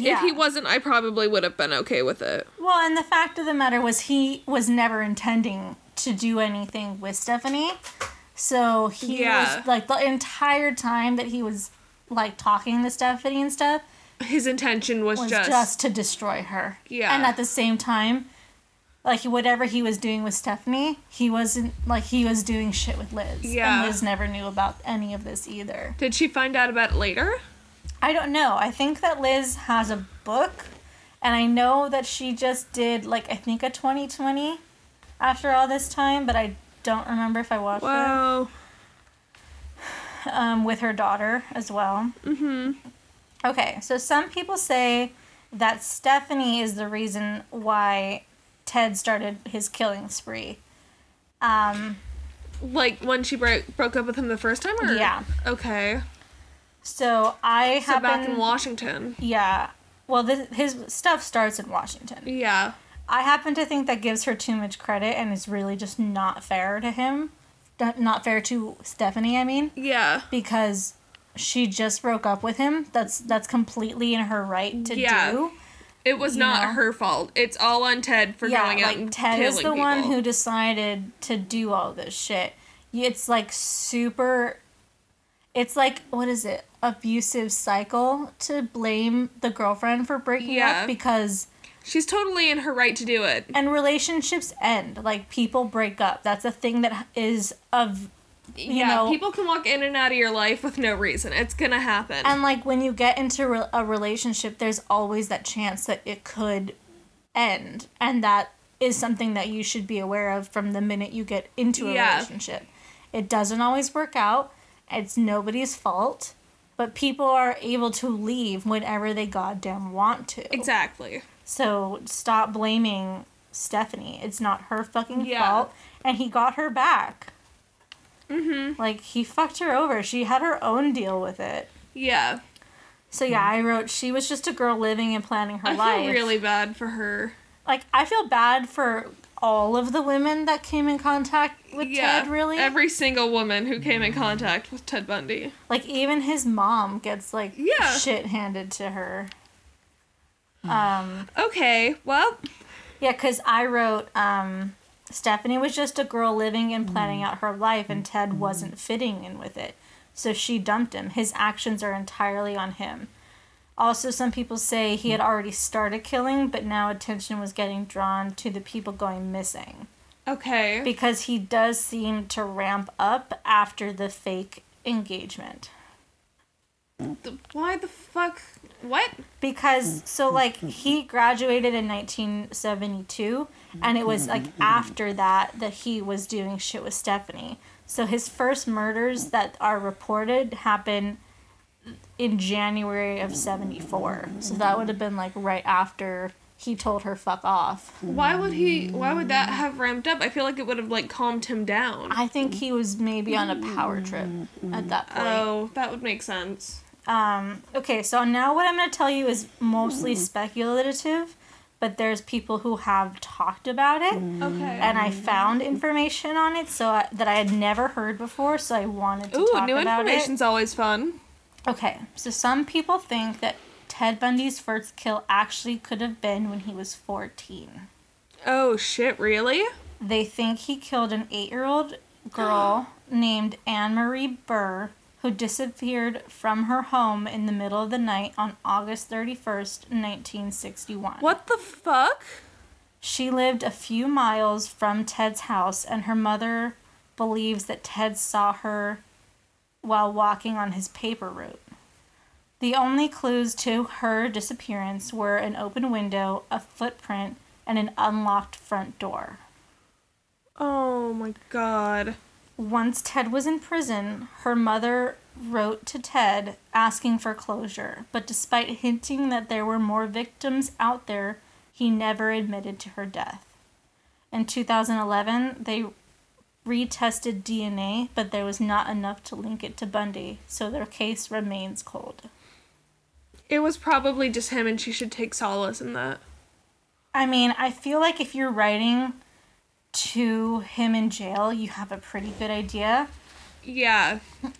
B: If he wasn't, I probably would have been okay with it.
A: Well, and the fact of the matter was he was never intending to do anything with Stephanie. So he
B: Yeah.
A: was like the entire time that he was like talking to Stephanie and stuff
B: His intention was,
A: was
B: just,
A: just, to destroy her.
B: Yeah.
A: And at the same time, like whatever he was doing with Stephanie, he wasn't like he was doing shit with Liz.
B: Yeah.
A: And Liz never knew about any of this either.
B: Did she find out about it later?
A: I don't know. I think that Liz has a book, and I know that she just did like I think a 2020 after all this time, but I don't remember if I watched it
B: Whoa.
A: um, with her daughter as well. Mm-hmm. Okay, so some people say that Stephanie is the reason why Ted started his killing spree. Um,
B: Like when she broke broke up with him the first time, or
A: Yeah.
B: Okay.
A: so I
B: So
A: happen,
B: back in Washington.
A: yeah. Well, this, his stuff starts in Washington.
B: Yeah.
A: I happen to think that gives her too much credit and is really just not fair to him. D- Not fair to Stephanie, I mean,
B: Yeah.
A: because she just broke up with him. That's that's completely in her right to
B: Yeah.
A: do.
B: It was
A: You
B: not
A: know?
B: her fault. It's all on Ted for
A: yeah,
B: going out
A: like
B: and
A: Ted
B: killing
A: is the one
B: people.
A: who decided to do all this shit. It's like super. It's like what is it? Abusive cycle to blame the girlfriend for breaking
B: Yeah.
A: up because
B: She's totally in her right to do it.
A: and relationships end like people break up that's a thing that is of you
B: yeah,
A: know
B: people can walk in and out of your life with no reason. It's gonna happen.
A: and like when you get into re- a relationship there's always that chance that it could end and that is something that you should be aware of from the minute you get into a
B: Yeah.
A: relationship it doesn't always work out it's nobody's fault but people are able to leave whenever they goddamn want to
B: exactly.
A: So stop blaming Stephanie. It's not her fucking
B: Yeah.
A: fault. And he got her back. Mm-hmm. Like he fucked her over. She had her own deal with it.
B: Yeah.
A: So yeah, I wrote she was just a girl living and planning her
B: Mm-hmm. I
A: life.
B: feel really bad for her.
A: like I feel bad for all of the women that came in contact with
B: yeah.
A: Ted really.
B: Every single woman who came in contact with Ted Bundy.
A: like even his mom gets like
B: Yeah.
A: shit handed to her. Um
B: Okay. Well.
A: Yeah, because I wrote um, Stephanie was just a girl living and planning out her life, and Ted wasn't fitting in with it. So she dumped him. His actions are entirely on him. Also, some people say he had already started killing, but now attention was getting drawn to the people going missing.
B: Okay.
A: Because he does seem to ramp up after the fake engagement.
B: Th- Why the fuck? What?
A: because so like he graduated in 1972 and it was like after that that he was doing shit with stephanie so his first murders that are reported happen in january of 74 so that would have been like right after he told her fuck off
B: Why would he? Why would that have ramped up? I feel like it would have like calmed him down.
A: i think he was maybe on a power trip at that point
B: Oh, that would make sense.
A: Um, okay, so now what I'm going to tell you is mostly speculative, but there's people who have talked about it,
B: Okay.
A: and I found information on it so I, that I had never heard before, so I wanted to
B: Ooh,
A: talk
B: new
A: about
B: information's always fun.
A: it. Okay, so some people think that Ted Bundy's first kill actually could have been when he was 14.
B: Oh shit! Really?
A: They think he killed an eight year old
B: (gasps)
A: girl named Anne Marie Burr, who disappeared from her home in the middle of the night on August 31st, 1961.
B: What the fuck?
A: She lived a few miles from Ted's house, and her mother believes that Ted saw her while walking on his paper route. The only clues to her disappearance were an open window, a footprint, and an unlocked front door.
B: Oh my god.
A: Once Ted was in prison, her mother wrote to Ted asking for closure, but despite hinting that there were more victims out there, he never admitted to her death. In 2011, they retested DNA, but there was not enough to link it to Bundy, so their case remains cold.
B: It was probably just him, and she should take solace in that.
A: I mean, I feel like if you're writing to him in jail, you have a pretty good idea.
B: Yeah.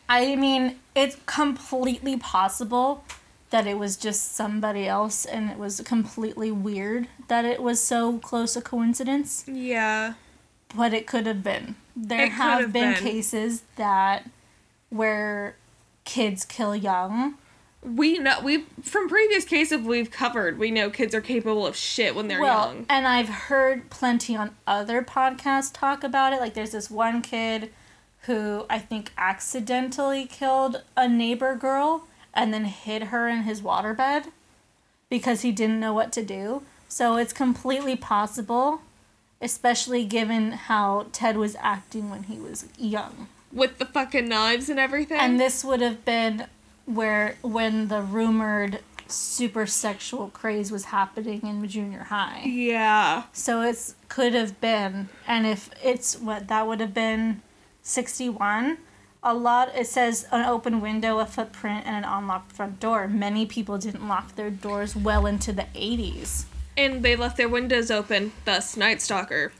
A: I mean, it's completely possible that it was just somebody else and it was completely weird that it was so close a coincidence,
B: Yeah.
A: but it could have been. There
B: It could
A: have
B: have
A: been,
B: been.
A: cases that where kids kill young.
B: We know we from previous cases we've covered. We know kids are capable of shit when they're
A: well,
B: young.
A: and I've heard plenty on other podcasts talk about it. Like there's this one kid who I think accidentally killed a neighbor girl and then hid her in his waterbed because he didn't know what to do. So it's completely possible, especially given how Ted was acting when he was young.
B: With the fucking knives and everything.
A: And this would have been where when the rumored super sexual craze was happening in junior high.
B: yeah.
A: So it's could have been and if it's what that would have been 61 a lot it says an open window a footprint and an unlocked front door many people didn't lock their doors well into the 80s
B: And they left their windows open, thus Night Stalker.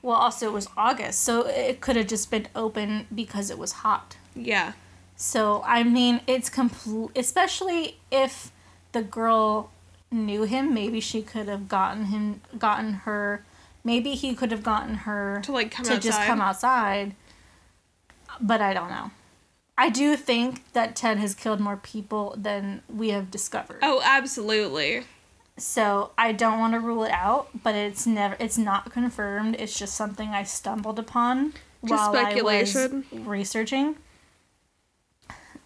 A: well also it was august so it could have just been open because it was hot
B: Yeah.
A: So I mean, it's complete. Especially if the girl knew him, maybe she could have gotten him, gotten her. Maybe he could have gotten her
B: To, like, come
A: to just
B: outside.
A: come outside. But I don't know. I do think that Ted has killed more people than we have discovered.
B: Oh, absolutely.
A: So I don't want to rule it out, but it's never it's not confirmed. It's just something I stumbled upon while
B: speculation.
A: I was researching.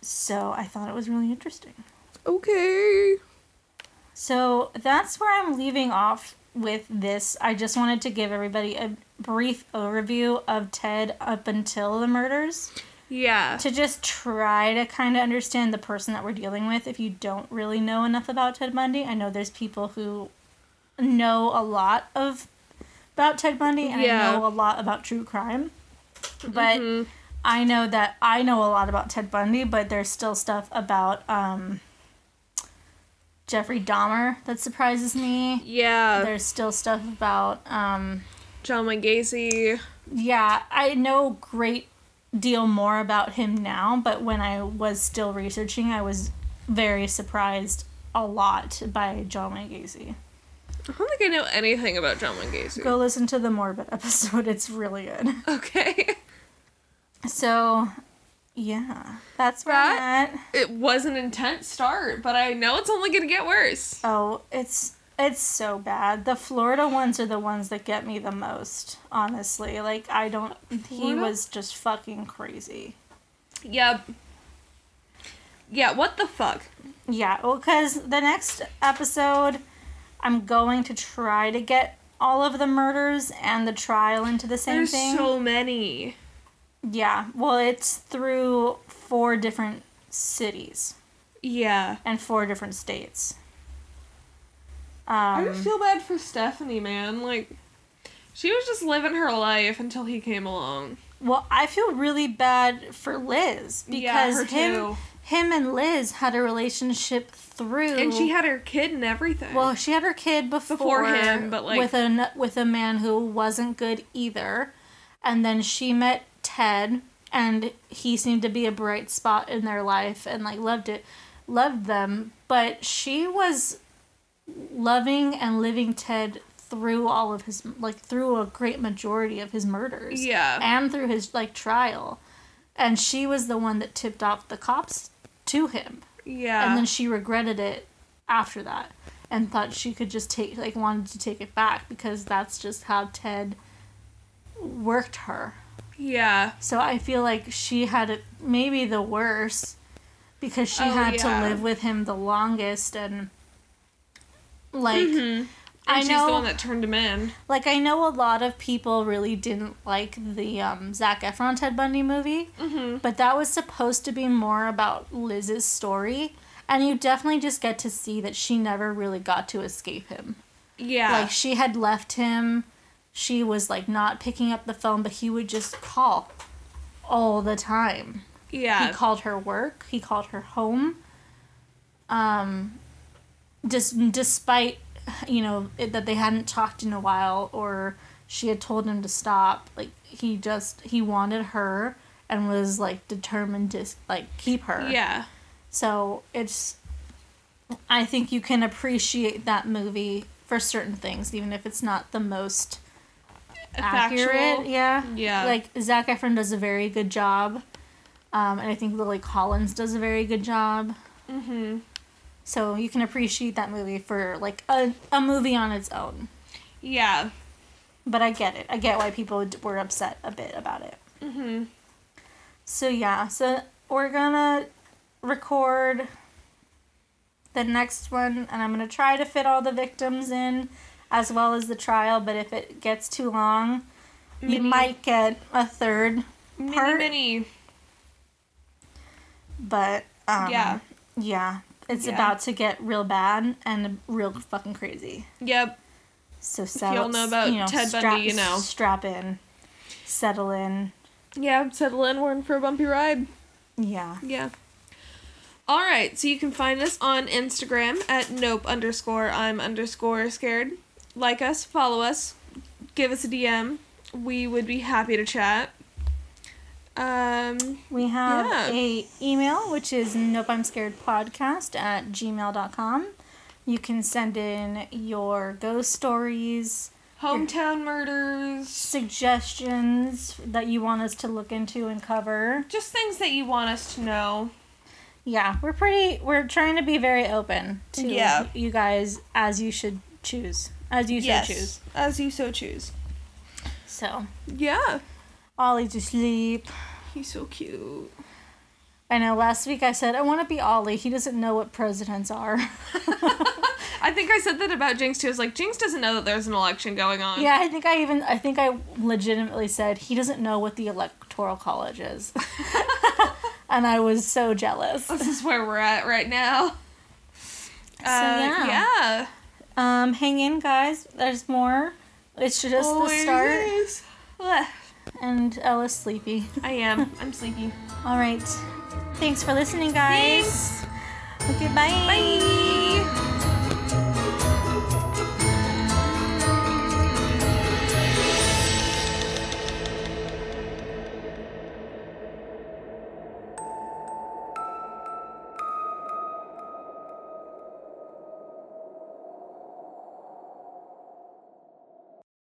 A: So I thought it was really interesting.
B: Okay.
A: So that's where I'm leaving off with this. I just wanted to give everybody a brief overview of Ted up until the murders
B: Yeah.
A: to just try to kind of understand the person that we're dealing with if you don't really know enough about Ted Bundy. I know there's people who know a lot of about Ted Bundy and
B: Yeah.
A: I
B: Mm-hmm.
A: know a lot about true crime. But I know that I know a lot about Ted Bundy, but there's still stuff about um Jeffrey Dahmer that surprises me.
B: Yeah.
A: There's still stuff about um
B: John Wayne Gacy.
A: yeah, I know great deal more about him now, but when I was still researching, I was very surprised a lot by John Wayne Gacy.
B: I don't think I know anything about John Wayne Gacy.
A: Go listen to the morbid (laughs) episode; it's really good.
B: Okay. (laughs)
A: So, yeah, that's where I'm at.
B: It was an intense start, but I know it's only gonna get worse.
A: Oh, it's it's so bad. The Florida ones are the ones that get me the most, honestly. Like I don't. He
B: Florida?
A: was just fucking crazy.
B: Yeah. Yeah, what the fuck?
A: Yeah, well, because the next episode, I'm going to try to get all of the murders and the trial into the same
B: There's
A: thing.
B: so many.
A: yeah, well, it's through four different cities
B: Yeah.
A: and four different states.
B: I
A: Um,
B: just feel bad for Stephanie, man. Like, she was just living her life until he came along.
A: well, I feel really bad for Liz
B: Yeah,
A: because
B: her
A: him,
B: too.
A: him and Liz had a relationship through.
B: And she had her kid and everything.
A: Well, she had her kid before,
B: Before him, but, like-
A: with a with a man who wasn't good either, and then she met Ted, and he seemed to be a bright spot in their life, and like loved it, loved them. But she was loving and living Ted through all of his like through a great majority of his murders,
B: Yeah.
A: and through his like trial, and she was the one that tipped off the cops to him
B: yeah.
A: and then she regretted it after that and thought she could just take like wanted to take it back because that's just how ted worked her
B: yeah.
A: so i feel like she had it maybe the worst because she
B: Oh,
A: had
B: yeah.
A: to live with him the longest and like
B: Mm-hmm. And
A: i
B: she's
A: know
B: the one that turned him in.
A: like I know a lot of people really didn't like the um, Zac Efron Ted Bundy movie, but that was supposed to be more about Liz's story, and you definitely just get to see that she never really got to escape him.
B: Yeah.
A: Like she had left him, she was like not picking up the phone, but he would just call all the time. He
B: yeah.
A: called her work. He called her home. Um, just despite you know it, that they hadn't talked in a while, or she had told him to stop. Like he just he wanted her and was like determined to like keep her.
B: yeah.
A: So it's, I think you can appreciate that movie for certain things, even if it's not the most accurate.
B: Factual.
A: Yeah.
B: Yeah.
A: Like Zach Efron does a very good job Um, and I think Lily Collins does a very good job.
B: Mm-hmm.
A: So you can appreciate that movie for like a, a movie on its own.
B: Yeah.
A: But I get it. I get why people d- were upset a bit about it.
B: Mm-hmm.
A: So yeah, so we're gonna record the next one, and I'm gonna try to fit all the victims in, as well as the trial. But if it gets too long,
B: Mini-
A: you might get a third
B: Mini,
A: part.
B: mini.
A: But um,
B: Yeah.
A: yeah, it's
B: Yeah.
A: about to get real bad and real fucking crazy.
B: Yep.
A: So settle.
B: all know about
A: you know,
B: Ted
A: strap,
B: Bundy, you know.
A: Strap in, settle in.
B: Yeah, settle in. We're in for a bumpy ride.
A: Yeah.
B: Yeah. All right, so you can find us on Instagram at nope underscore I'm underscore scared. Like us, follow us, give us a DM. We would be happy to chat. Um,
A: We have
B: Yeah.
A: a email which is nope I'm scared podcast at gmail.com. You can send in your ghost stories,
B: hometown murders,
A: suggestions that you want us to look into and cover.
B: just things that you want us to know.
A: Yeah, we're pretty we're trying to be very open to
B: Yeah.
A: you guys as you should choose. As you should choose.
B: as you so choose.
A: So
B: Yeah,
A: Ollie's asleep.
B: he's so cute.
A: I know last week I said I want to be Ollie. He doesn't know what presidents are. (laughs)
B: I think I said that about Jinx too. I was like, Jinx doesn't know that there's an election going on.
A: Yeah, I think I even I think I legitimately said he doesn't know what the electoral college is. (laughs) and I was so jealous.
B: this is where we're at right now. Uh,
A: yeah.
B: yeah.
A: Um hang in guys, there's more. It's just
B: Oh,
A: the start
B: is. Ugh,
A: and Ella's sleepy.
B: I am. I'm sleepy.
A: All right. Thanks for listening guys. Okay, bye.
B: Bye.